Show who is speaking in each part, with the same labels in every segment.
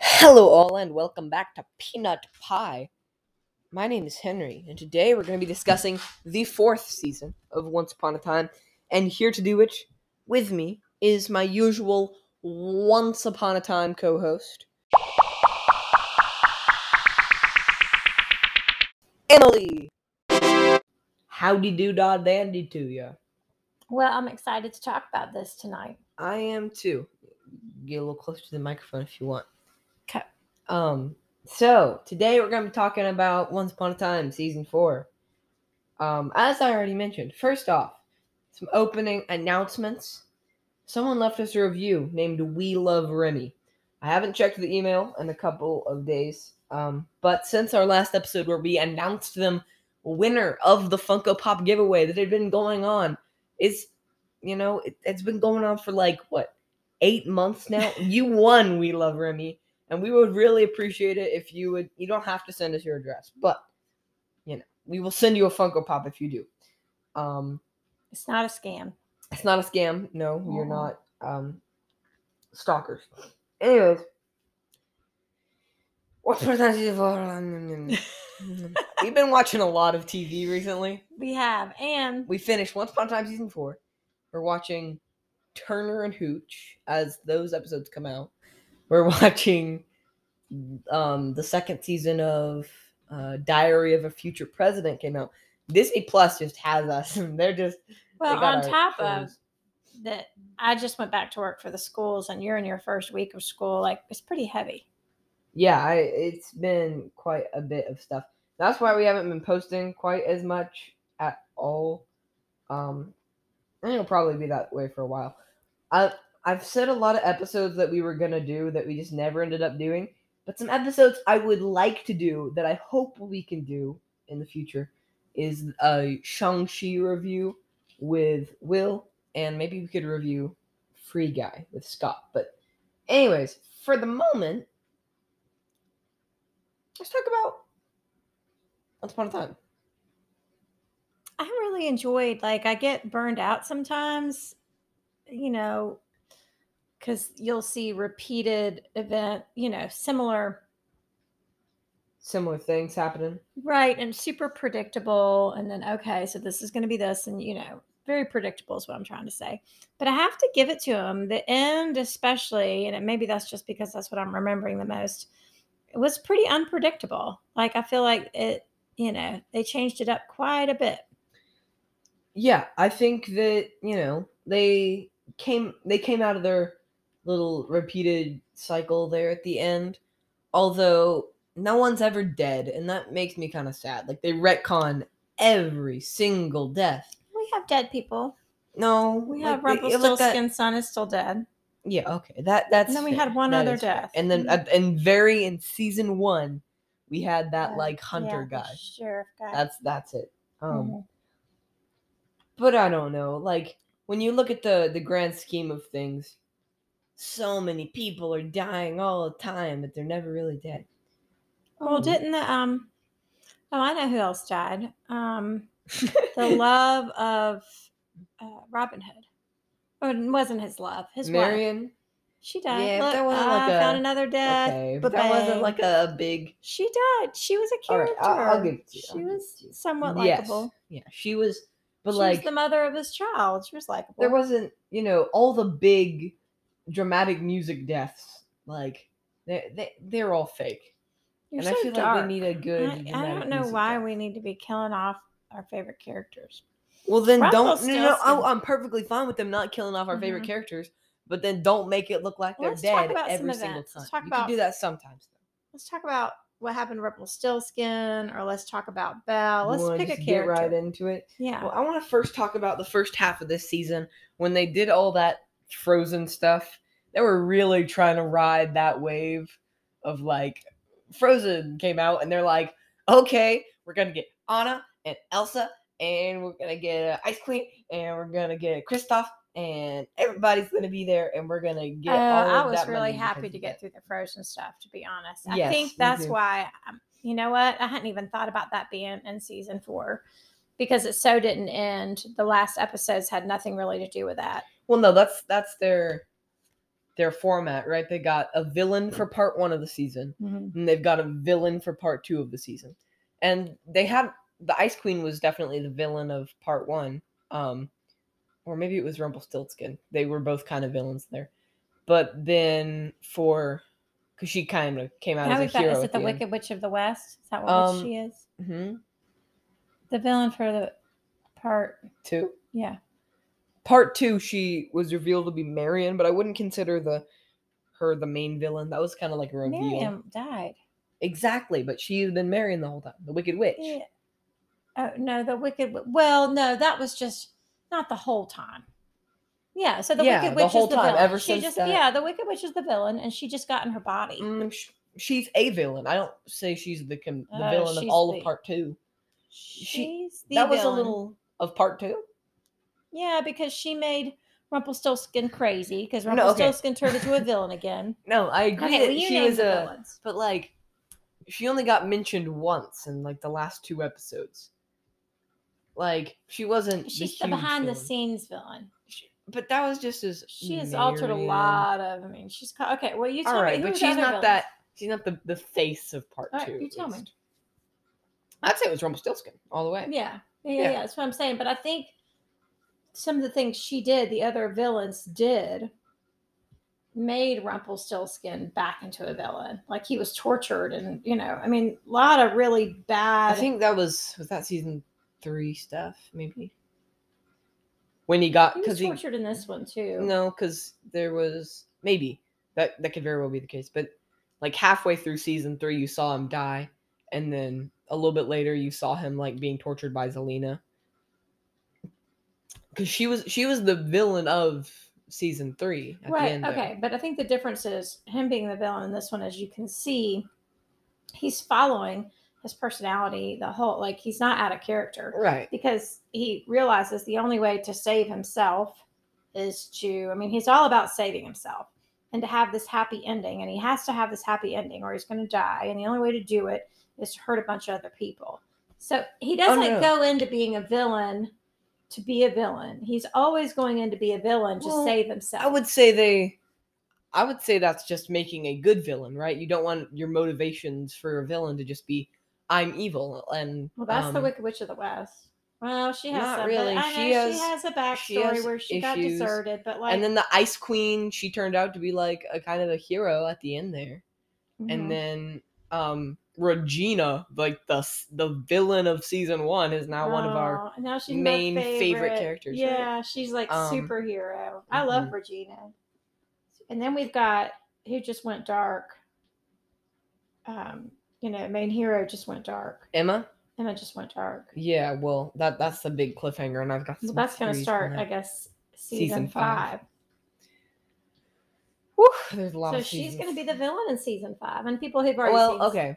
Speaker 1: Hello, all, and welcome back to Peanut Pie. My name is Henry, and today we're going to be discussing the fourth season of Once Upon a Time. And here to do it with me is my usual Once Upon a Time co host, Emily. Howdy do da dandy to ya.
Speaker 2: Well, I'm excited to talk about this tonight.
Speaker 1: I am too. Get a little closer to the microphone if you want.
Speaker 2: 'Kay.
Speaker 1: Um. So today we're gonna be talking about Once Upon a Time season four. Um, as I already mentioned, first off, some opening announcements. Someone left us a review named "We Love Remy." I haven't checked the email in a couple of days, um, but since our last episode where we announced them winner of the Funko Pop giveaway that had been going on, it's you know it, it's been going on for like what eight months now. you won "We Love Remy." and we would really appreciate it if you would you don't have to send us your address but you know we will send you a funko pop if you do um
Speaker 2: It's not a scam.
Speaker 1: it's not a scam no we are
Speaker 2: Mm.
Speaker 1: not um stalkers anyways what's with that we've been watching a lot of tv recently
Speaker 2: We have, and
Speaker 1: we finished Once Upon a Time season four. We're watching Turner and Hooch as those episodes come out. We're watching um, the second season of uh, Diary of a Future President came out. Disney Plus just has us, and they're just they
Speaker 2: well,
Speaker 1: got
Speaker 2: on
Speaker 1: our
Speaker 2: top of
Speaker 1: shows.
Speaker 2: that, I just went back to work for the schools, and you're in your first week of school. Like, it's pretty heavy.
Speaker 1: yeah, I, it's been quite a bit of stuff. That's why we haven't been posting quite as much at all. Um, and it'll probably be that way for a while. I I've said a lot of episodes that we were gonna do that we just never ended up doing, but some episodes I would like to do that I hope we can do in the future is a Shang Chi review with Will, and maybe we could review Free Guy with Scott. But anyways, for the moment, let's talk about Once Upon a Time.
Speaker 2: I really enjoyed. Like, I get burned out sometimes, you know, because you'll see repeated event, you know, similar,
Speaker 1: Similar things happening.
Speaker 2: right, and super predictable. And then, okay, so this is going to be this, and you know, very predictable is what I'm trying to say. But I have to give it to him. The end, especially, and it, maybe that's just because that's what I'm remembering the most, it was pretty unpredictable. Like I feel like it, you know, they changed it up quite a bit.
Speaker 1: yeah i think that you know they came they came out of their little repeated cycle there at the end although no one's ever dead and that makes me kind of sad like they retcon every single death
Speaker 2: We have dead people.
Speaker 1: no
Speaker 2: We
Speaker 1: like,
Speaker 2: have
Speaker 1: they- it was that-
Speaker 2: Rumpelstiltskin's son is still dead.
Speaker 1: yeah okay that that's
Speaker 2: then we
Speaker 1: fair.
Speaker 2: had one
Speaker 1: That
Speaker 2: other
Speaker 1: is fair.
Speaker 2: death.
Speaker 1: and then
Speaker 2: Mhm.
Speaker 1: at, and very in season one we had that
Speaker 2: Uh,
Speaker 1: like
Speaker 2: Yeah,
Speaker 1: hunter
Speaker 2: the
Speaker 1: guy
Speaker 2: sheriff guy.
Speaker 1: that's that's it um
Speaker 2: Mhm.
Speaker 1: but I don't know. Like when you look at the the grand scheme of things, so many people are dying all the time, but they're never really dead.
Speaker 2: well,
Speaker 1: Mm-hmm.
Speaker 2: didn't the um? Oh, I know who else died. Um, the love of uh, Robin Hood. Oh, it wasn't his love. His wife.
Speaker 1: Marion?
Speaker 2: She died.
Speaker 1: Yeah, but
Speaker 2: Look,
Speaker 1: that wasn't like
Speaker 2: I found
Speaker 1: a-
Speaker 2: another death.
Speaker 1: Okay, but that wasn't
Speaker 2: bang.
Speaker 1: like a big.
Speaker 2: She died. She was a
Speaker 1: All right,
Speaker 2: character.
Speaker 1: I'll- I'll give it to you. I'll
Speaker 2: She
Speaker 1: give it
Speaker 2: was
Speaker 1: to you.
Speaker 2: somewhat
Speaker 1: yes,
Speaker 2: likable.
Speaker 1: yeah, she was, but
Speaker 2: she
Speaker 1: like
Speaker 2: was the mother of his child. She was likable.
Speaker 1: there wasn't, you know, all the big dramatic music deaths. Like they they they're all fake,
Speaker 2: You're
Speaker 1: and I
Speaker 2: so
Speaker 1: feel
Speaker 2: dark.
Speaker 1: like we need a good.
Speaker 2: I- I,
Speaker 1: dramatic
Speaker 2: don't know
Speaker 1: music
Speaker 2: why
Speaker 1: death.
Speaker 2: we need to be killing off our favorite characters.
Speaker 1: Well, then don't. No, no, no,
Speaker 2: Rumpelstiltskin.
Speaker 1: I, I'm perfectly fine with them not killing off our favorite
Speaker 2: Mhm.
Speaker 1: characters, but then don't make it look like they're
Speaker 2: Well, let's talk
Speaker 1: dead
Speaker 2: about some
Speaker 1: every single
Speaker 2: events.
Speaker 1: time.
Speaker 2: Let's talk
Speaker 1: you
Speaker 2: about-
Speaker 1: can do that sometimes. Though.
Speaker 2: Let's talk about what happened to Rumpelstiltskin, or let's talk about Belle. Uh, Let's
Speaker 1: Wanna
Speaker 2: pick a
Speaker 1: just get
Speaker 2: character.
Speaker 1: right into it.
Speaker 2: Yeah.
Speaker 1: Well, I want to first talk about the first half of this season when they did all that Frozen stuff. They were really trying to ride that wave of like Frozen came out and they're like, okay, we're gonna get Anna and Elsa and we're gonna get uh, Ice Queen and we're gonna get Kristoff and everybody's gonna be there and we're gonna get.
Speaker 2: Uh,
Speaker 1: all
Speaker 2: I
Speaker 1: of
Speaker 2: was
Speaker 1: that
Speaker 2: really
Speaker 1: money because
Speaker 2: happy
Speaker 1: of
Speaker 2: to get
Speaker 1: that."
Speaker 2: through the frozen stuff, to be honest. I
Speaker 1: Yes, me
Speaker 2: think that's
Speaker 1: too.
Speaker 2: why, um, you know what? I hadn't even thought about that being in season four because it so didn't end. The last episodes had nothing really to do with that.
Speaker 1: Well, no, that's that's their their format, right? They got a villain for part one of the season,
Speaker 2: Mhm.
Speaker 1: and they've got a villain for part two of the season. And they had the Ice Queen was definitely the villain of part one. Um, or maybe it was Rumpelstiltskin. They were both kind of villains there. But then for because she kind of came out
Speaker 2: Now we've
Speaker 1: as a
Speaker 2: got,
Speaker 1: hero.
Speaker 2: is
Speaker 1: at
Speaker 2: it the
Speaker 1: the end.
Speaker 2: Wicked Witch of the West? Is that what
Speaker 1: Um,
Speaker 2: witch she is?
Speaker 1: Mhm.
Speaker 2: The villain for the part.
Speaker 1: Two.
Speaker 2: Yeah.
Speaker 1: Part two, she was revealed to be Marion, but I wouldn't consider the her the main villain. That was kind of like a reveal.
Speaker 2: Miriam died.
Speaker 1: Exactly, but she had been Marion the whole time. The Wicked Witch.
Speaker 2: Yeah. Oh, no, the Wicked. Wi- Well, no, that was just not the whole time. Yeah, so the
Speaker 1: Yeah,
Speaker 2: Wicked
Speaker 1: the
Speaker 2: Witch
Speaker 1: whole
Speaker 2: is the
Speaker 1: time,
Speaker 2: villain.
Speaker 1: ever
Speaker 2: she
Speaker 1: since
Speaker 2: just,
Speaker 1: that-
Speaker 2: yeah, the Wicked Witch is the villain, and she just got in her body.
Speaker 1: Mm, sh- she's a villain. I don't say Uh, she's the com- the
Speaker 2: Oh,
Speaker 1: villain of
Speaker 2: she's
Speaker 1: all
Speaker 2: the-
Speaker 1: of part two.
Speaker 2: She's the
Speaker 1: that was
Speaker 2: villain.
Speaker 1: a little of part two.
Speaker 2: Yeah, because she made Rumpelstiltskin crazy because
Speaker 1: No, okay.
Speaker 2: Rumpelstiltskin turned into a villain again.
Speaker 1: No, I agree
Speaker 2: Okay,
Speaker 1: that
Speaker 2: well, you
Speaker 1: she
Speaker 2: named
Speaker 1: was
Speaker 2: the
Speaker 1: a
Speaker 2: villains.
Speaker 1: but like she only got mentioned once in like the last two episodes. Like she wasn't.
Speaker 2: She's the
Speaker 1: the, huge
Speaker 2: behind the
Speaker 1: villain.
Speaker 2: scenes villain.
Speaker 1: But that was just as
Speaker 2: She has altered a
Speaker 1: Marion.
Speaker 2: lot of. I mean, she's ca- okay. Well, you tell
Speaker 1: All right,
Speaker 2: me. who
Speaker 1: but
Speaker 2: was
Speaker 1: she's
Speaker 2: other
Speaker 1: not
Speaker 2: villains?
Speaker 1: that. She's not the the face of part
Speaker 2: All right,
Speaker 1: two.
Speaker 2: you
Speaker 1: at
Speaker 2: tell me.
Speaker 1: least. I'd say it was Rumpelstiltskin all the way.
Speaker 2: Yeah. Yeah, yeah,
Speaker 1: Yeah.
Speaker 2: yeah, That's what I'm saying. But I think some of the things she did, the other villains did, made Rumpelstiltskin back into a villain. Like he was tortured, and you know, I mean, a lot of really bad.
Speaker 1: I think that was was that season three stuff maybe. When he got
Speaker 2: he
Speaker 1: because
Speaker 2: was
Speaker 1: he,
Speaker 2: tortured in this one too.
Speaker 1: no because there was maybe that that could very well be the case, but like halfway through season three you saw him die, and then a little bit later you saw him like being tortured by Zelina. Because she was she was the villain of season three at the
Speaker 2: right.
Speaker 1: end. there.
Speaker 2: Okay. But I think the difference is him being the villain in this one, as you can see, he's following his personality the whole. Like he's not out of character.
Speaker 1: Right.
Speaker 2: because he realizes the only way to save himself is to i mean he's all about saving himself and to have this happy ending and he has to have this happy ending or he's going to die and the only way to do it is to hurt a bunch of other people so he doesn't
Speaker 1: Oh, no.
Speaker 2: go into being a villain to be a villain he's always going in to be a villain to
Speaker 1: Well,
Speaker 2: save himself
Speaker 1: I would say they. I would say that's just making a good villain, right? You don't want your motivations for a villain to just be "I'm evil" and
Speaker 2: well that's the
Speaker 1: um,
Speaker 2: wicked witch of the west well she has
Speaker 1: not
Speaker 2: some,
Speaker 1: really.
Speaker 2: I know
Speaker 1: She
Speaker 2: she has,
Speaker 1: has-
Speaker 2: a backstory
Speaker 1: she has
Speaker 2: where she got
Speaker 1: issues.
Speaker 2: deserted but like
Speaker 1: and then the Ice Queen, she turned out to be like a kind of a hero at the end there.
Speaker 2: Mhm.
Speaker 1: And then um Regina, like the s- the villain of season one, is now one of our.
Speaker 2: Oh, now she's my
Speaker 1: main favorite characters, right?
Speaker 2: Yeah, she's like
Speaker 1: Um,
Speaker 2: superhero. I love
Speaker 1: mhm.
Speaker 2: Regina. And then we've got who just went dark. Um, you know, main hero just went dark.
Speaker 1: Emma,
Speaker 2: Emma just went dark.
Speaker 1: yeah, well, that that's the big cliffhanger, and I've got.
Speaker 2: So
Speaker 1: some
Speaker 2: that's gonna
Speaker 1: theories on
Speaker 2: start,
Speaker 1: that.
Speaker 2: I guess, season,
Speaker 1: Season five.
Speaker 2: five.
Speaker 1: Whew, there's a lot
Speaker 2: So
Speaker 1: of
Speaker 2: she's
Speaker 1: seasons.
Speaker 2: gonna be the villain in season five, and people who've already
Speaker 1: well
Speaker 2: seen-
Speaker 1: okay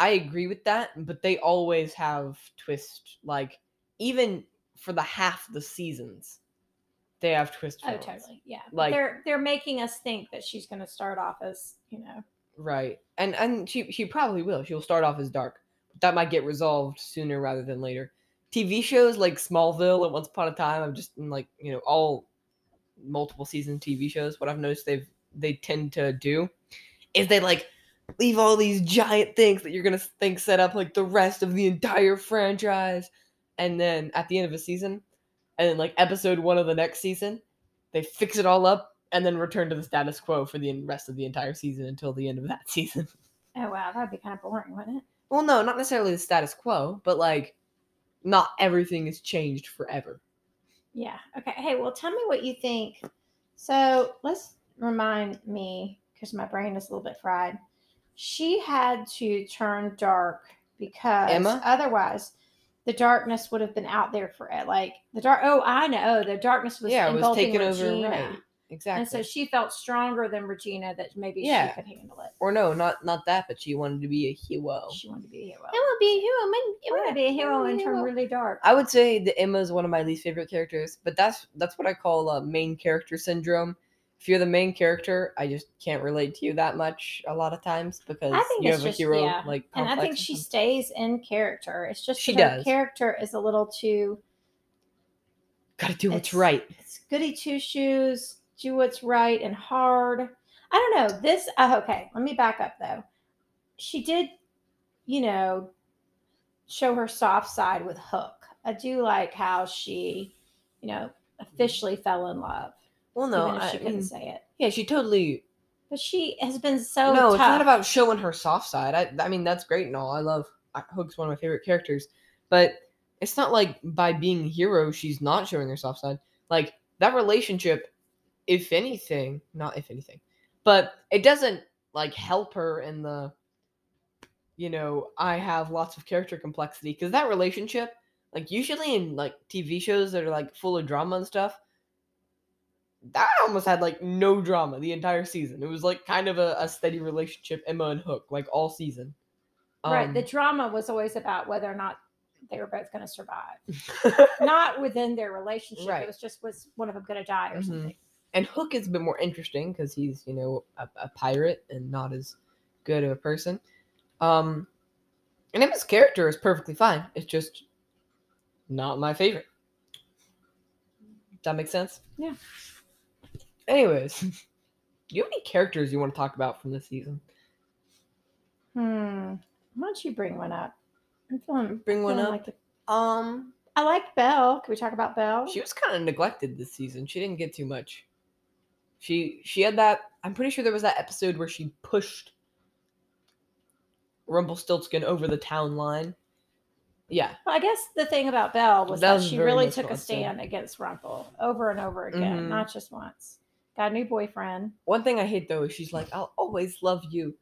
Speaker 1: i agree with that but they always have twist like even for the half the seasons they have twist
Speaker 2: Oh,
Speaker 1: villains.
Speaker 2: totally. Yeah. But
Speaker 1: Like-
Speaker 2: they're they're making us think that she's gonna start off as you know.
Speaker 1: right and and she she probably will she'll start off as dark but that might get resolved sooner rather than later tv shows like smallville and once upon a time i'm just in like you know all multiple season tv shows what i've noticed they've they tend to do is they like leave all these giant things that you're gonna think set up like the rest of the entire franchise and then at the end of a season and then like episode one of the next season they fix it all up and then return to the status quo for the en- rest of the entire season until the end of that season
Speaker 2: Oh wow, that'd be kind of boring, wouldn't it?
Speaker 1: well no not necessarily the status quo but like not everything is changed forever
Speaker 2: Yeah. Okay. Hey, well, tell me what you think. So let's remind me because my brain is a little bit fried. She had to turn dark because
Speaker 1: Emma?
Speaker 2: otherwise the darkness would have been out there for it. Like the dark. Oh, I know. The darkness was
Speaker 1: yeah it was
Speaker 2: engulfing
Speaker 1: taken
Speaker 2: Regina.
Speaker 1: over right exactly
Speaker 2: And so she felt stronger than Regina that maybe
Speaker 1: Yeah.
Speaker 2: she could handle it.
Speaker 1: or no not not that but she wanted to be a hero
Speaker 2: She wanted to be a hero.
Speaker 1: want to be a hero
Speaker 2: She wanted to be a hero and turn really dark.
Speaker 1: I would say that Emma is one of my least favorite characters, but that's that's what I call uh, main character syndrome. If you're the main character, I just can't relate to you that much a lot of times because
Speaker 2: think
Speaker 1: you
Speaker 2: it's
Speaker 1: have
Speaker 2: just-
Speaker 1: a hero
Speaker 2: yeah.
Speaker 1: like.
Speaker 2: and I
Speaker 1: complex
Speaker 2: think she stays in character. It's just
Speaker 1: She
Speaker 2: that her
Speaker 1: does.
Speaker 2: character is a little too
Speaker 1: gotta do what's
Speaker 2: it's-
Speaker 1: right.
Speaker 2: it's goody two shoes. do what's right and hard. I don't know. This, uh, okay, let me back up though. She did, you know, show her soft side with Hook. I do like how she, you know, officially fell in love.
Speaker 1: Well, no,
Speaker 2: even if
Speaker 1: I
Speaker 2: she couldn't
Speaker 1: mean,
Speaker 2: say it.
Speaker 1: yeah, she totally.
Speaker 2: But she has been so
Speaker 1: no, it's
Speaker 2: tough.
Speaker 1: not about showing her soft side. I, I mean, that's great and all. I love I- Hook's one of my favorite characters, but it's not like by being a hero she's not showing her soft side. Like that relationship, if anything, not if anything, but it doesn't like help her in the. You know, I have lots of character complexity because that relationship, like usually in like TV shows that are like full of drama and stuff, that almost had like no drama the entire season. It was like kind of a, a steady relationship, Emma and Hook, like all season.
Speaker 2: right.
Speaker 1: Um,
Speaker 2: The drama was always about whether or not they were both going to survive. not within their relationship.
Speaker 1: Right.
Speaker 2: It was just was one of them going to die or
Speaker 1: Mhm.
Speaker 2: something.
Speaker 1: and Hook is a bit more interesting because he's you know a, a pirate and not as good of a person. Um, and Emma's character is perfectly fine. It's just not my favorite. Does that make sense?
Speaker 2: Yeah.
Speaker 1: Anyways, do you have any characters you want to talk about from this season?
Speaker 2: Hmm. Why don't you bring one up? I'm feeling
Speaker 1: Bring one
Speaker 2: feeling
Speaker 1: up.
Speaker 2: Like it.
Speaker 1: Um,
Speaker 2: I like Belle. Can we talk about Belle?
Speaker 1: she was kind of neglected this season. She didn't get too much. She she had that. I'm pretty sure there was that episode where she pushed Rumpelstiltskin over the town line. Yeah,
Speaker 2: Well, I guess the thing about Belle was
Speaker 1: That
Speaker 2: that,
Speaker 1: was
Speaker 2: she
Speaker 1: very
Speaker 2: really
Speaker 1: much
Speaker 2: took a
Speaker 1: constant.
Speaker 2: stand against Rumpel over and over again,
Speaker 1: Mhm.
Speaker 2: not just once. Got a new boyfriend.
Speaker 1: one thing I hate though is she's like, "I'll always love you,"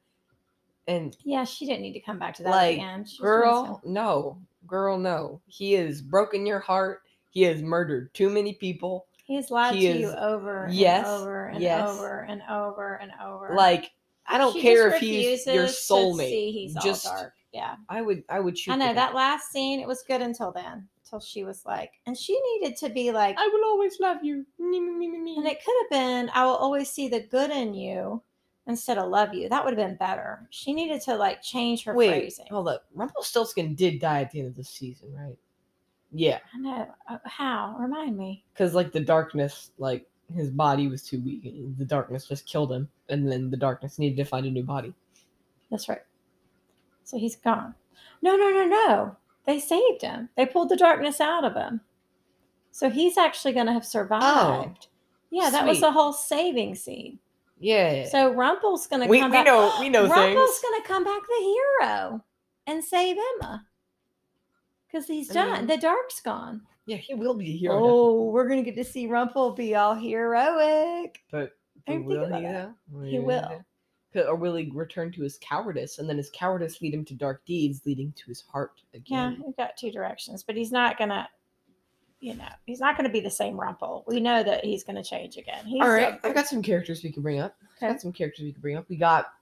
Speaker 1: and
Speaker 2: Yeah, she didn't need to come back to that
Speaker 1: Like,
Speaker 2: again. She just wanted
Speaker 1: girl, no, girl, no. He has broken your heart. He has murdered too many people.
Speaker 2: to- he has lied
Speaker 1: he
Speaker 2: to you
Speaker 1: is-
Speaker 2: over and
Speaker 1: yes,
Speaker 2: over and
Speaker 1: yes.
Speaker 2: over and over and over.
Speaker 1: Like, I don't
Speaker 2: She
Speaker 1: care if
Speaker 2: just
Speaker 1: he's your
Speaker 2: refuses to
Speaker 1: soulmate.
Speaker 2: see he's
Speaker 1: Just-
Speaker 2: all dark. Yeah.
Speaker 1: I would, I would shoot.
Speaker 2: I
Speaker 1: the
Speaker 2: know
Speaker 1: guy.
Speaker 2: that last scene, it was good until then, until she was like, and she needed to be like,
Speaker 1: I will always love you. Me, me, me, me, me.
Speaker 2: and it could have been, I will always see the good in you instead of love you. That would have been better. She needed to like change her
Speaker 1: Wait,
Speaker 2: phrasing.
Speaker 1: hold up. Rumpelstiltskin did die at the end of the season, right? Yeah,
Speaker 2: I know. Uh, How? Remind me.
Speaker 1: because like the darkness, like his body was too weak. and The darkness just killed him, and then the darkness needed to find a new body.
Speaker 2: That's right. So he's gone. No, no, no, no. They saved him. They pulled the darkness out of him. So he's actually going to have survived. yeah, that was
Speaker 1: Oh, sweet.
Speaker 2: the whole saving scene.
Speaker 1: Yeah.
Speaker 2: So Rumple's going to
Speaker 1: we,
Speaker 2: come
Speaker 1: we
Speaker 2: back.
Speaker 1: know we know
Speaker 2: Rumple's
Speaker 1: things.
Speaker 2: gonna come back the hero and save Emma. Because he's
Speaker 1: I
Speaker 2: done.
Speaker 1: mean-
Speaker 2: the dark's gone.
Speaker 1: Yeah, he will be a hero. definitely.
Speaker 2: oh, we're gonna get to see Rumple be all heroic.
Speaker 1: But,
Speaker 2: I
Speaker 1: but
Speaker 2: didn't think
Speaker 1: will
Speaker 2: about
Speaker 1: he
Speaker 2: that.
Speaker 1: though?
Speaker 2: He will.
Speaker 1: 'Cause- Or will he return to his cowardice, and then his cowardice lead him to dark deeds, leading to his heart
Speaker 2: Yeah,
Speaker 1: again?
Speaker 2: we've got two directions, but he's not gonna. You know, he's not going to be the same Rumple. We know that he's going to change again. He's
Speaker 1: All
Speaker 2: a-
Speaker 1: right, I've got some characters we can bring up. I
Speaker 2: Okay.
Speaker 1: got some characters we can bring up. We got.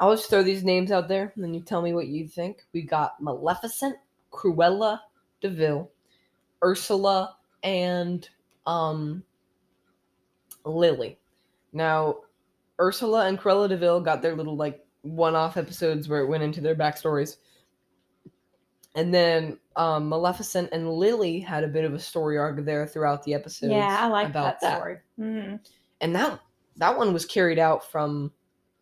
Speaker 1: I'll just throw these names out there, and then you tell me what you think. We got Maleficent, Cruella Deville, Ursula, and um, Lily. Now, Ursula and Cruella Deville got their little like one-off episodes where it went into their backstories, and then um, Maleficent and Lily had a bit of a story arc there throughout the episodes.
Speaker 2: yeah, I like that, story. Mhm.
Speaker 1: and that that one was carried out from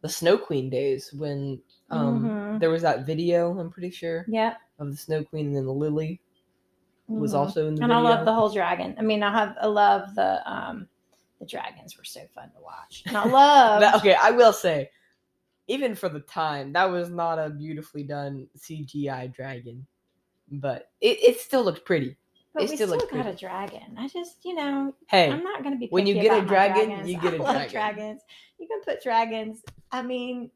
Speaker 1: the Snow Queen days when um
Speaker 2: Mhm.
Speaker 1: there was that video I'm pretty sure
Speaker 2: Yeah,
Speaker 1: of the Snow Queen and then Lily was
Speaker 2: mhm.
Speaker 1: also in the
Speaker 2: and I
Speaker 1: video.
Speaker 2: love the whole dragon. I mean, I have I love the um the dragons were so fun to watch. And I love
Speaker 1: That- okay, I will say, even for the time, that was not a beautifully done CGI dragon, but it, it still looked pretty.
Speaker 2: But
Speaker 1: It
Speaker 2: we
Speaker 1: still
Speaker 2: still,
Speaker 1: looks
Speaker 2: got
Speaker 1: pretty.
Speaker 2: a dragon. I just, you know,
Speaker 1: Hey,
Speaker 2: I'm not gonna be.
Speaker 1: when you
Speaker 2: picky
Speaker 1: get a
Speaker 2: about my
Speaker 1: dragon,
Speaker 2: dragons.
Speaker 1: you get
Speaker 2: I
Speaker 1: a
Speaker 2: love
Speaker 1: dragon.
Speaker 2: dragons. You can put dragons. I mean,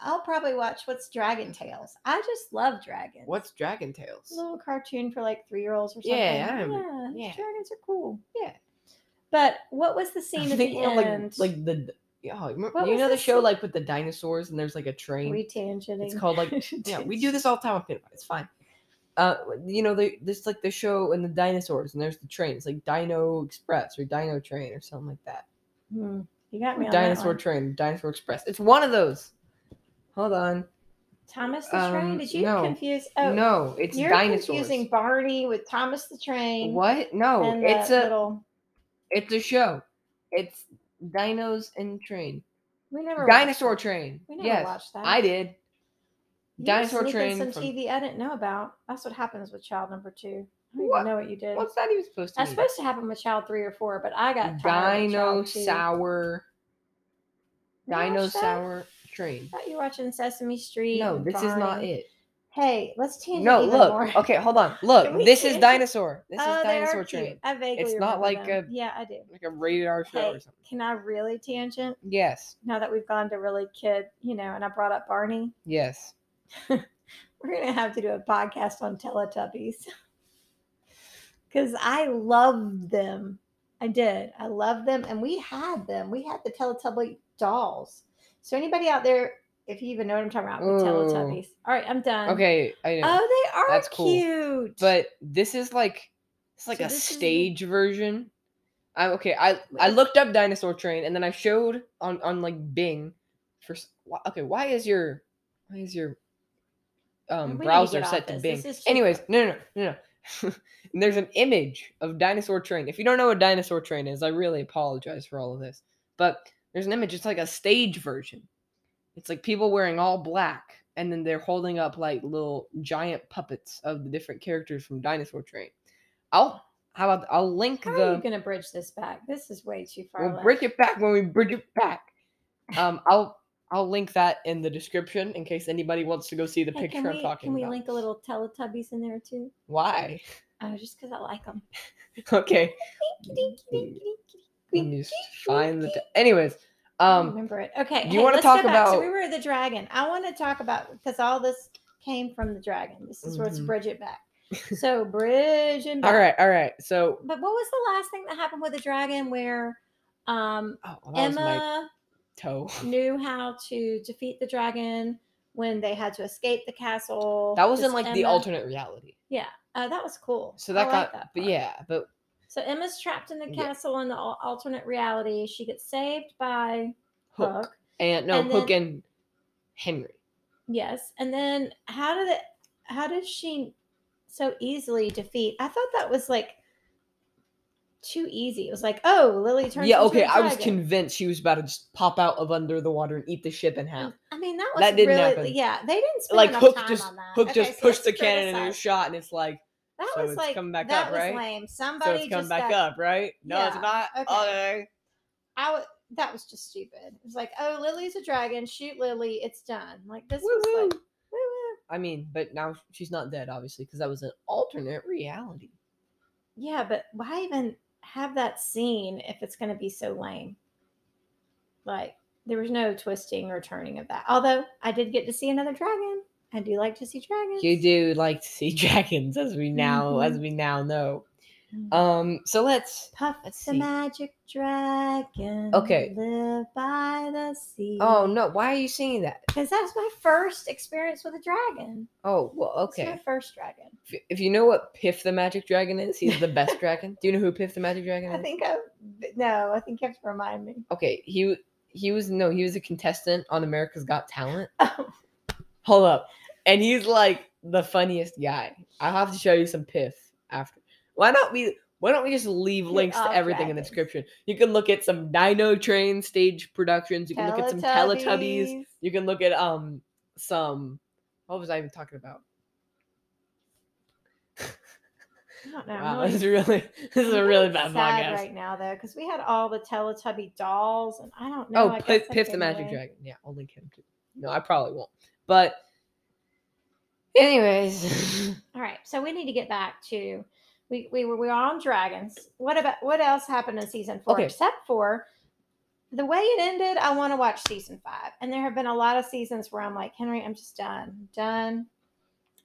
Speaker 2: I'll probably watch what's Dragon Tales. I just love dragons.
Speaker 1: what's Dragon Tales?
Speaker 2: a little cartoon for like three year olds or something?
Speaker 1: Yeah, I remember-
Speaker 2: yeah,
Speaker 1: yeah.
Speaker 2: Dragons are cool.
Speaker 1: Yeah.
Speaker 2: But what was the
Speaker 1: I'm
Speaker 2: scene at the
Speaker 1: thinking of, like
Speaker 2: end?
Speaker 1: like the oh, you remember,
Speaker 2: What
Speaker 1: you
Speaker 2: was
Speaker 1: know the
Speaker 2: this
Speaker 1: show
Speaker 2: thing?
Speaker 1: like with the dinosaurs and there's like a train.
Speaker 2: we tangenting.
Speaker 1: It's called, like- Yeah, we do this all the time with peanut butter. It's fine. Uh, you know, they, there's like the show and the dinosaurs, and there's the train. It's like Dino Express or Dino Train or something like that.
Speaker 2: Hmm, You got me on that
Speaker 1: Dinosaur
Speaker 2: one.
Speaker 1: Train, Dinosaur Express. It's one of those. Hold on.
Speaker 2: Thomas the Train.
Speaker 1: Um,
Speaker 2: Did you
Speaker 1: no.
Speaker 2: confuse? Oh,
Speaker 1: no, it's
Speaker 2: you're
Speaker 1: dinosaurs.
Speaker 2: confusing Barney with Thomas the Train.
Speaker 1: What? No,
Speaker 2: and
Speaker 1: it's
Speaker 2: the
Speaker 1: a
Speaker 2: little
Speaker 1: it's a show. It's Dinos and Train.
Speaker 2: We never
Speaker 1: Dinosaur
Speaker 2: watched
Speaker 1: Train.
Speaker 2: We never
Speaker 1: yes,
Speaker 2: watched that.
Speaker 1: I did.
Speaker 2: You were
Speaker 1: Dinosaur
Speaker 2: sneaking
Speaker 1: Train.
Speaker 2: Some
Speaker 1: from-
Speaker 2: TV I didn't know about. That's what happens with child number two. I don't
Speaker 1: What?
Speaker 2: even know what you did.
Speaker 1: What's that even supposed to
Speaker 2: That's
Speaker 1: be?
Speaker 2: supposed to happen with child three or four, but I got tired.
Speaker 1: Dino
Speaker 2: of child
Speaker 1: Sour.
Speaker 2: two. You
Speaker 1: Dino
Speaker 2: watched that?
Speaker 1: Sour Train.
Speaker 2: I thought you were watching Sesame Street.
Speaker 1: No,
Speaker 2: and
Speaker 1: this is not
Speaker 2: Vine.
Speaker 1: it.
Speaker 2: Hey, let's tangent
Speaker 1: No,
Speaker 2: even
Speaker 1: look.
Speaker 2: more.
Speaker 1: Okay, hold on.
Speaker 2: Can
Speaker 1: Look,
Speaker 2: we
Speaker 1: this is
Speaker 2: change it?
Speaker 1: Dinosaur. This
Speaker 2: oh,
Speaker 1: is
Speaker 2: they are
Speaker 1: Dinosaur
Speaker 2: cute.
Speaker 1: Train.
Speaker 2: I vaguely
Speaker 1: It's not
Speaker 2: remember
Speaker 1: like
Speaker 2: them.
Speaker 1: a-
Speaker 2: yeah, I do.
Speaker 1: Like a rated R show
Speaker 2: Hey.
Speaker 1: or something.
Speaker 2: Can I really tangent
Speaker 1: Yes,
Speaker 2: now that we've gone to really kid, you know? And I brought up Barney.
Speaker 1: yes.
Speaker 2: We're gonna have to do a podcast on Teletubbies because I loved them. I did. I loved them, and we had them. We had the Teletubby dolls. So anybody out there, if you even know what I'm talking about, with
Speaker 1: Ooh.
Speaker 2: Teletubbies. All right, I'm done.
Speaker 1: Okay, I know.
Speaker 2: Oh, they are
Speaker 1: That's cool.
Speaker 2: cute.
Speaker 1: but this is like it's like
Speaker 2: So
Speaker 1: a
Speaker 2: this is the-
Speaker 1: stage version. I okay. I I
Speaker 2: Wait.
Speaker 1: looked up dinosaur train and then I showed on on like Bing for s- wh- okay. Why is your why is your
Speaker 2: We
Speaker 1: um
Speaker 2: need to
Speaker 1: browser
Speaker 2: get off
Speaker 1: set to
Speaker 2: this.
Speaker 1: Bing?
Speaker 2: This is
Speaker 1: Anyways,
Speaker 2: cheaper.
Speaker 1: no no no no. no. And There's an image of dinosaur train. If you don't know what dinosaur train is, I really apologize for all of this. But there's an image. It's like a stage version. It's like people wearing all black, and then they're holding up like little giant puppets of the different characters from Dinosaur Train. I'll how about I'll link
Speaker 2: How are
Speaker 1: the
Speaker 2: you gonna bridge this back? This is way too far.
Speaker 1: we'll
Speaker 2: left.
Speaker 1: bridge it back when we bridge it back. Um, I'll I'll link that in the description in case anybody wants to go see the
Speaker 2: Hey,
Speaker 1: picture
Speaker 2: can
Speaker 1: I'm
Speaker 2: we,
Speaker 1: talking
Speaker 2: Can we
Speaker 1: about.
Speaker 2: link a little Teletubbies in there too?
Speaker 1: Why?
Speaker 2: Oh, just because I like them.
Speaker 1: okay, let me just find the. T- Anyways,
Speaker 2: Oh,
Speaker 1: um,
Speaker 2: remember it. Okay.
Speaker 1: you
Speaker 2: hey,
Speaker 1: wanna
Speaker 2: let's go
Speaker 1: talk
Speaker 2: back. So we
Speaker 1: about-
Speaker 2: were the dragon. I want to talk about because all this came from the dragon. This is where it's
Speaker 1: Mhm.
Speaker 2: bridge it back. So bridge and back.
Speaker 1: all right, all right. So
Speaker 2: But what was the last thing that happened with the dragon where um
Speaker 1: oh, well, that was my
Speaker 2: Emma
Speaker 1: toe.
Speaker 2: knew how to defeat the dragon when they had to escape the castle?
Speaker 1: That was in
Speaker 2: Just
Speaker 1: like the
Speaker 2: Emma-
Speaker 1: alternate reality.
Speaker 2: Yeah. Uh, that was cool.
Speaker 1: So
Speaker 2: I
Speaker 1: that
Speaker 2: like
Speaker 1: got, but
Speaker 2: part.
Speaker 1: yeah, but
Speaker 2: So Emma's trapped in the
Speaker 1: Yeah.
Speaker 2: castle in the al- alternate reality. She gets saved by
Speaker 1: Hook,
Speaker 2: Hook.
Speaker 1: and no
Speaker 2: and
Speaker 1: Hook and Henry.
Speaker 2: Yes. And then how did it how did she so easily defeat? I thought that was like too easy. It was like, oh, Lily turns.
Speaker 1: Yeah,
Speaker 2: into
Speaker 1: okay.
Speaker 2: a
Speaker 1: I was
Speaker 2: dragon.
Speaker 1: convinced she was about to just pop out of under the water and eat the ship in half.
Speaker 2: I mean, that was
Speaker 1: That didn't
Speaker 2: really
Speaker 1: happen.
Speaker 2: yeah. They didn't spend
Speaker 1: Like
Speaker 2: enough
Speaker 1: Hook
Speaker 2: time
Speaker 1: just
Speaker 2: on that.
Speaker 1: Hook
Speaker 2: Okay,
Speaker 1: just
Speaker 2: so
Speaker 1: pushed the
Speaker 2: let's
Speaker 1: cannon and it was
Speaker 2: criticize.
Speaker 1: shot, and it's like
Speaker 2: That
Speaker 1: so
Speaker 2: was
Speaker 1: it's
Speaker 2: like
Speaker 1: come back
Speaker 2: that
Speaker 1: up,
Speaker 2: was
Speaker 1: right?
Speaker 2: lame.
Speaker 1: so
Speaker 2: Somebody
Speaker 1: it's come
Speaker 2: just
Speaker 1: back
Speaker 2: got,
Speaker 1: up, right? No, it's
Speaker 2: Yeah,
Speaker 1: not.
Speaker 2: okay.
Speaker 1: Okay.
Speaker 2: I w- that was just stupid. It was like, oh, Lily's a dragon. Shoot Lily. It's done. Like this was like
Speaker 1: Woo-hoo.
Speaker 2: woo-woo.
Speaker 1: I mean, but now she's not dead, obviously, because that was an alternate reality.
Speaker 2: Yeah, but why even have that scene if it's going to be so lame? Like, there was no twisting or turning of that. Although I did get to see another dragon. I do like to see dragons.
Speaker 1: You do like to see dragons, as we now
Speaker 2: Mm-hmm.
Speaker 1: as we now know. Um, so let's.
Speaker 2: Puff
Speaker 1: let's
Speaker 2: the
Speaker 1: see.
Speaker 2: magic dragon.
Speaker 1: Okay.
Speaker 2: Live by the sea.
Speaker 1: Oh no! Why are you singing that?
Speaker 2: Because that's my first experience with a dragon.
Speaker 1: Oh well,
Speaker 2: That's my
Speaker 1: okay.
Speaker 2: first dragon.
Speaker 1: If, if you know what Piff the Magic Dragon is, he's the best dragon. Do you know who Piff the Magic Dragon
Speaker 2: I
Speaker 1: is?
Speaker 2: think I. No, I think you have to remind me.
Speaker 1: okay, he w- he was no, he was a contestant on America's Got Talent.
Speaker 2: Oh,
Speaker 1: Hold up, and he's like the funniest guy. I'll have to show you some piff after. Why don't we? Why don't we just leave
Speaker 2: We're
Speaker 1: links to
Speaker 2: all
Speaker 1: everything in the
Speaker 2: dragons.
Speaker 1: description? You can look at some Dino Train stage productions. You can look at some Teletubbies.
Speaker 2: Teletubbies.
Speaker 1: You can look at um some. What was I even talking about?
Speaker 2: I don't know. I'm
Speaker 1: Wow,
Speaker 2: really
Speaker 1: this is really this is a
Speaker 2: I'm
Speaker 1: really bad
Speaker 2: getting sad
Speaker 1: podcast.
Speaker 2: right now though because we had all the Teletubby dolls and I don't know.
Speaker 1: Oh,
Speaker 2: I
Speaker 1: Pi-
Speaker 2: guess I uh,
Speaker 1: Piff the
Speaker 2: gave
Speaker 1: Magic
Speaker 2: away-
Speaker 1: Dragon. Yeah, I'll link him too. No, I probably won't. But, anyways,
Speaker 2: All right, so we need to get back to we we were we were on dragons. What about what else happened in season four?
Speaker 1: Okay.
Speaker 2: Except for the way it ended, I want to watch season five. And there have been a lot of seasons where I'm like, Henry, I'm just done, done.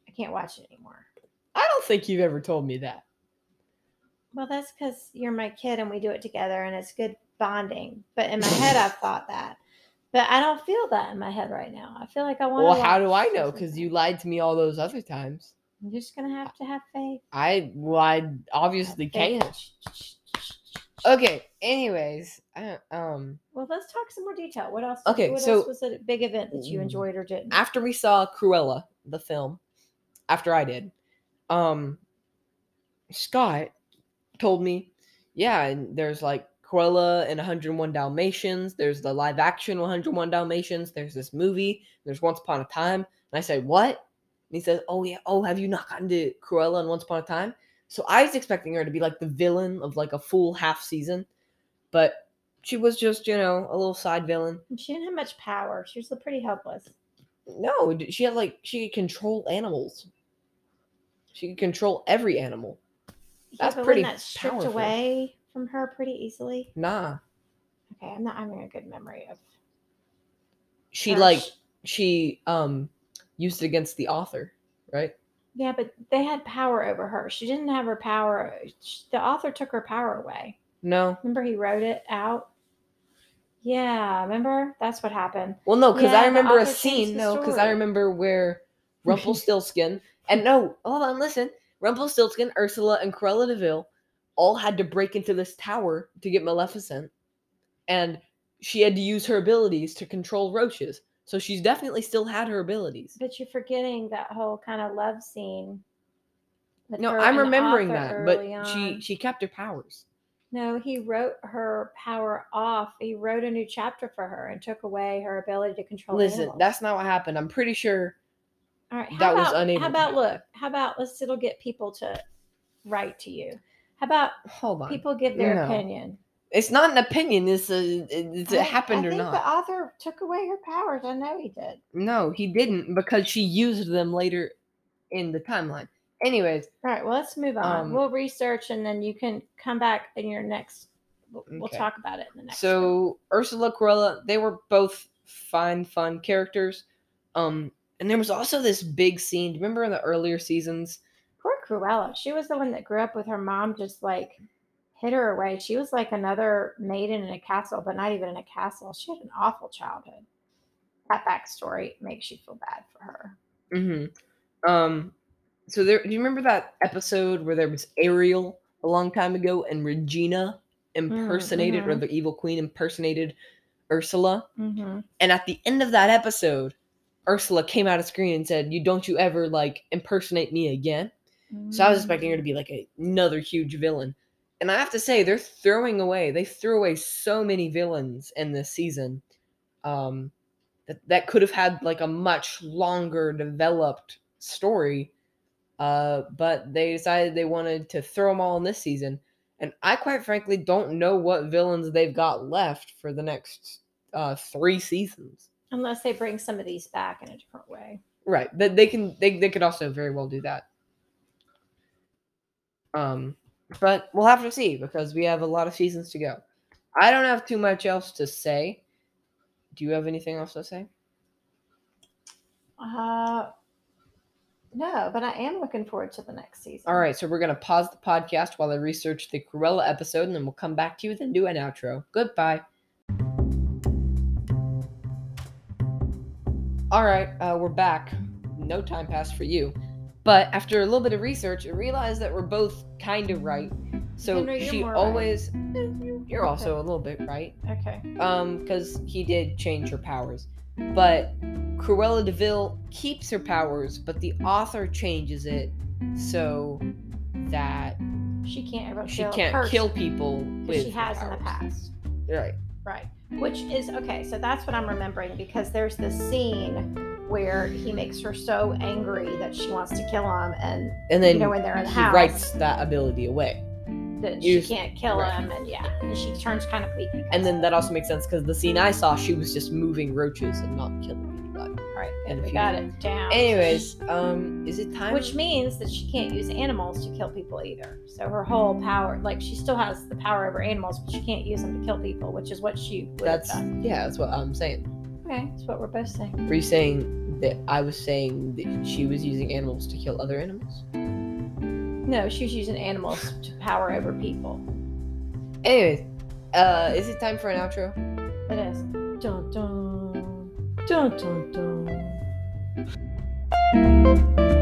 Speaker 2: I can't watch it anymore.
Speaker 1: I don't think you've ever told me that.
Speaker 2: Well, that's because you're my kid and we do it together and it's good bonding. But in my head, I've thought that. But I don't feel that in my head right now. I feel like I want.
Speaker 1: Well, how do I know? Because you lied to me all those other times.
Speaker 2: I'm just gonna have to have faith.
Speaker 1: I, well, I
Speaker 2: have
Speaker 1: obviously
Speaker 2: faith.
Speaker 1: can't. Okay. Anyways, I, um,
Speaker 2: Well, let's talk some more detail. What else?
Speaker 1: Okay,
Speaker 2: What
Speaker 1: so-
Speaker 2: else was a big event that you enjoyed or didn't?
Speaker 1: after we saw Cruella, the film, after I did, um, Scott told me, yeah, and there's like Cruella and 101 Dalmatians. There's the live action 101 Dalmatians. There's this movie. There's Once Upon a Time. And I said, What? And he says, Oh, yeah. Oh, have you not gotten to Cruella and Once Upon a Time? So I was expecting her to be like the villain of like a full half season. But she was just, you know, a little side villain.
Speaker 2: She didn't have much power. She was pretty helpless.
Speaker 1: No, d- she had like, she could control animals. She could control every animal. That's
Speaker 2: but
Speaker 1: pretty
Speaker 2: wasn't that stripped
Speaker 1: powerful.
Speaker 2: away from her pretty easily.
Speaker 1: Nah.
Speaker 2: Okay, I'm not having a good memory of.
Speaker 1: She
Speaker 2: her.
Speaker 1: like, she um used it against the author, right?
Speaker 2: Yeah, but they had power over her. She didn't have her power. sh the author took her power away.
Speaker 1: No.
Speaker 2: Remember, he wrote it out. Yeah, remember that's what happened.
Speaker 1: Well, no, because
Speaker 2: Yeah,
Speaker 1: I
Speaker 2: the
Speaker 1: remember a
Speaker 2: author changed
Speaker 1: scene.
Speaker 2: the
Speaker 1: No, because I
Speaker 2: story.
Speaker 1: remember where Rumpelstiltskin and no, hold on, listen. Rumpelstiltskin, Ursula, and Cruella Deville all had to break into this tower to get Maleficent, and she had to use her abilities to control roaches. So she's definitely still had her abilities.
Speaker 2: But you're forgetting that whole kind of love scene. with
Speaker 1: No,
Speaker 2: her
Speaker 1: I'm
Speaker 2: and the
Speaker 1: remembering
Speaker 2: author
Speaker 1: that, but
Speaker 2: early
Speaker 1: she
Speaker 2: on.
Speaker 1: she kept her powers.
Speaker 2: No, he wrote her power off. He wrote a new chapter for her and took away her ability to control.
Speaker 1: Listen,
Speaker 2: animals.
Speaker 1: that's not what happened. I'm pretty sure.
Speaker 2: All right. How
Speaker 1: that was
Speaker 2: about,
Speaker 1: unable
Speaker 2: How
Speaker 1: to
Speaker 2: about
Speaker 1: happen.
Speaker 2: look? How about let's it'll get people to write to you. How about
Speaker 1: Hold on.
Speaker 2: people give their
Speaker 1: No.
Speaker 2: opinion?
Speaker 1: it's not an opinion. This is it's,
Speaker 2: I-
Speaker 1: it happened
Speaker 2: I
Speaker 1: or
Speaker 2: think
Speaker 1: not.
Speaker 2: The author took away her powers. I know he did.
Speaker 1: No, he didn't because she used them later in the timeline. Anyways,
Speaker 2: All right. Well, let's move on.
Speaker 1: Um,
Speaker 2: we'll research and then you can come back in your next. We'll, we'll
Speaker 1: Okay.
Speaker 2: talk about it in the next. one.
Speaker 1: so Ursula Corella, they were both fine, fun characters. Um, and there was also this big scene. Remember in the earlier seasons?
Speaker 2: poor Cruella. She was the one that grew up with her mom. Just like hid her away. She was like another maiden in a castle, but not even in a castle. She had an awful childhood. That backstory makes you feel bad for her.
Speaker 1: hmm Um, so there. Do you remember that episode where there was Ariel a long time ago and Regina impersonated or
Speaker 2: mhm.
Speaker 1: the evil queen impersonated Ursula?
Speaker 2: Mm-hmm.
Speaker 1: And at the end of that episode, Ursula came out of screen and said, "You don't you ever like impersonate me again."
Speaker 2: Mm-hmm.
Speaker 1: So I was expecting her to be like a, another huge villain. And I have to say, they're throwing away. They threw away so many villains in this season. Um, that that could have had like a much longer developed story. Uh, but they decided they wanted to throw them all in this season. And I quite frankly don't know what villains they've got left for the next uh, three seasons.
Speaker 2: Unless they bring some of these back in a different way.
Speaker 1: Right. But they can they they could also very well do that. Um but we'll have to see because we have a lot of seasons to go. I don't have too much else to say. Do you have anything else to say?
Speaker 2: Uh, no, but I am looking forward to the next season.
Speaker 1: All right, so we're going to pause the podcast while I research the Cruella episode and then we'll come back to you then do an outro. Goodbye. All right, uh, we're back. No time passed for you. But after a little bit of research, I realized that we're both kind of right. So
Speaker 2: Henry, you're
Speaker 1: she
Speaker 2: more right.
Speaker 1: always, eh, you- you're
Speaker 2: Okay.
Speaker 1: also a little bit right
Speaker 2: Okay.
Speaker 1: um because he did change her powers but cruella deville keeps her powers but the author changes it so that
Speaker 2: She can't ever
Speaker 1: she
Speaker 2: kill a
Speaker 1: can't
Speaker 2: person
Speaker 1: kill people with
Speaker 2: because she
Speaker 1: her
Speaker 2: has in the
Speaker 1: powers.
Speaker 2: past.
Speaker 1: right
Speaker 2: Right. Which is okay. So that's what I'm remembering because there's this scene where he makes her so angry that she wants to kill him and
Speaker 1: and then
Speaker 2: you know when they're in the
Speaker 1: he
Speaker 2: house
Speaker 1: writes that ability away
Speaker 2: that
Speaker 1: you-
Speaker 2: she can't kill
Speaker 1: right.
Speaker 2: him and yeah and she turns kind of weak
Speaker 1: and then that also makes sense because the scene i saw she was just moving roaches and not killing anybody
Speaker 2: all right
Speaker 1: and
Speaker 2: good,
Speaker 1: if
Speaker 2: we
Speaker 1: you-
Speaker 2: got it down
Speaker 1: anyways um is it time
Speaker 2: which means that she can't use animals to kill people either. So her whole power, like she still has the power over animals, but she can't use them to kill people, which is what she would
Speaker 1: that's
Speaker 2: have done.
Speaker 1: yeah that's what i'm saying
Speaker 2: Okay, that's what we're both saying.
Speaker 1: were you saying that i was saying that she was using animals to kill other animals
Speaker 2: No, she was using animals to power over people.
Speaker 1: Anyways, uh, is it time for an outro?
Speaker 2: It is. Dun dun dun dun dun.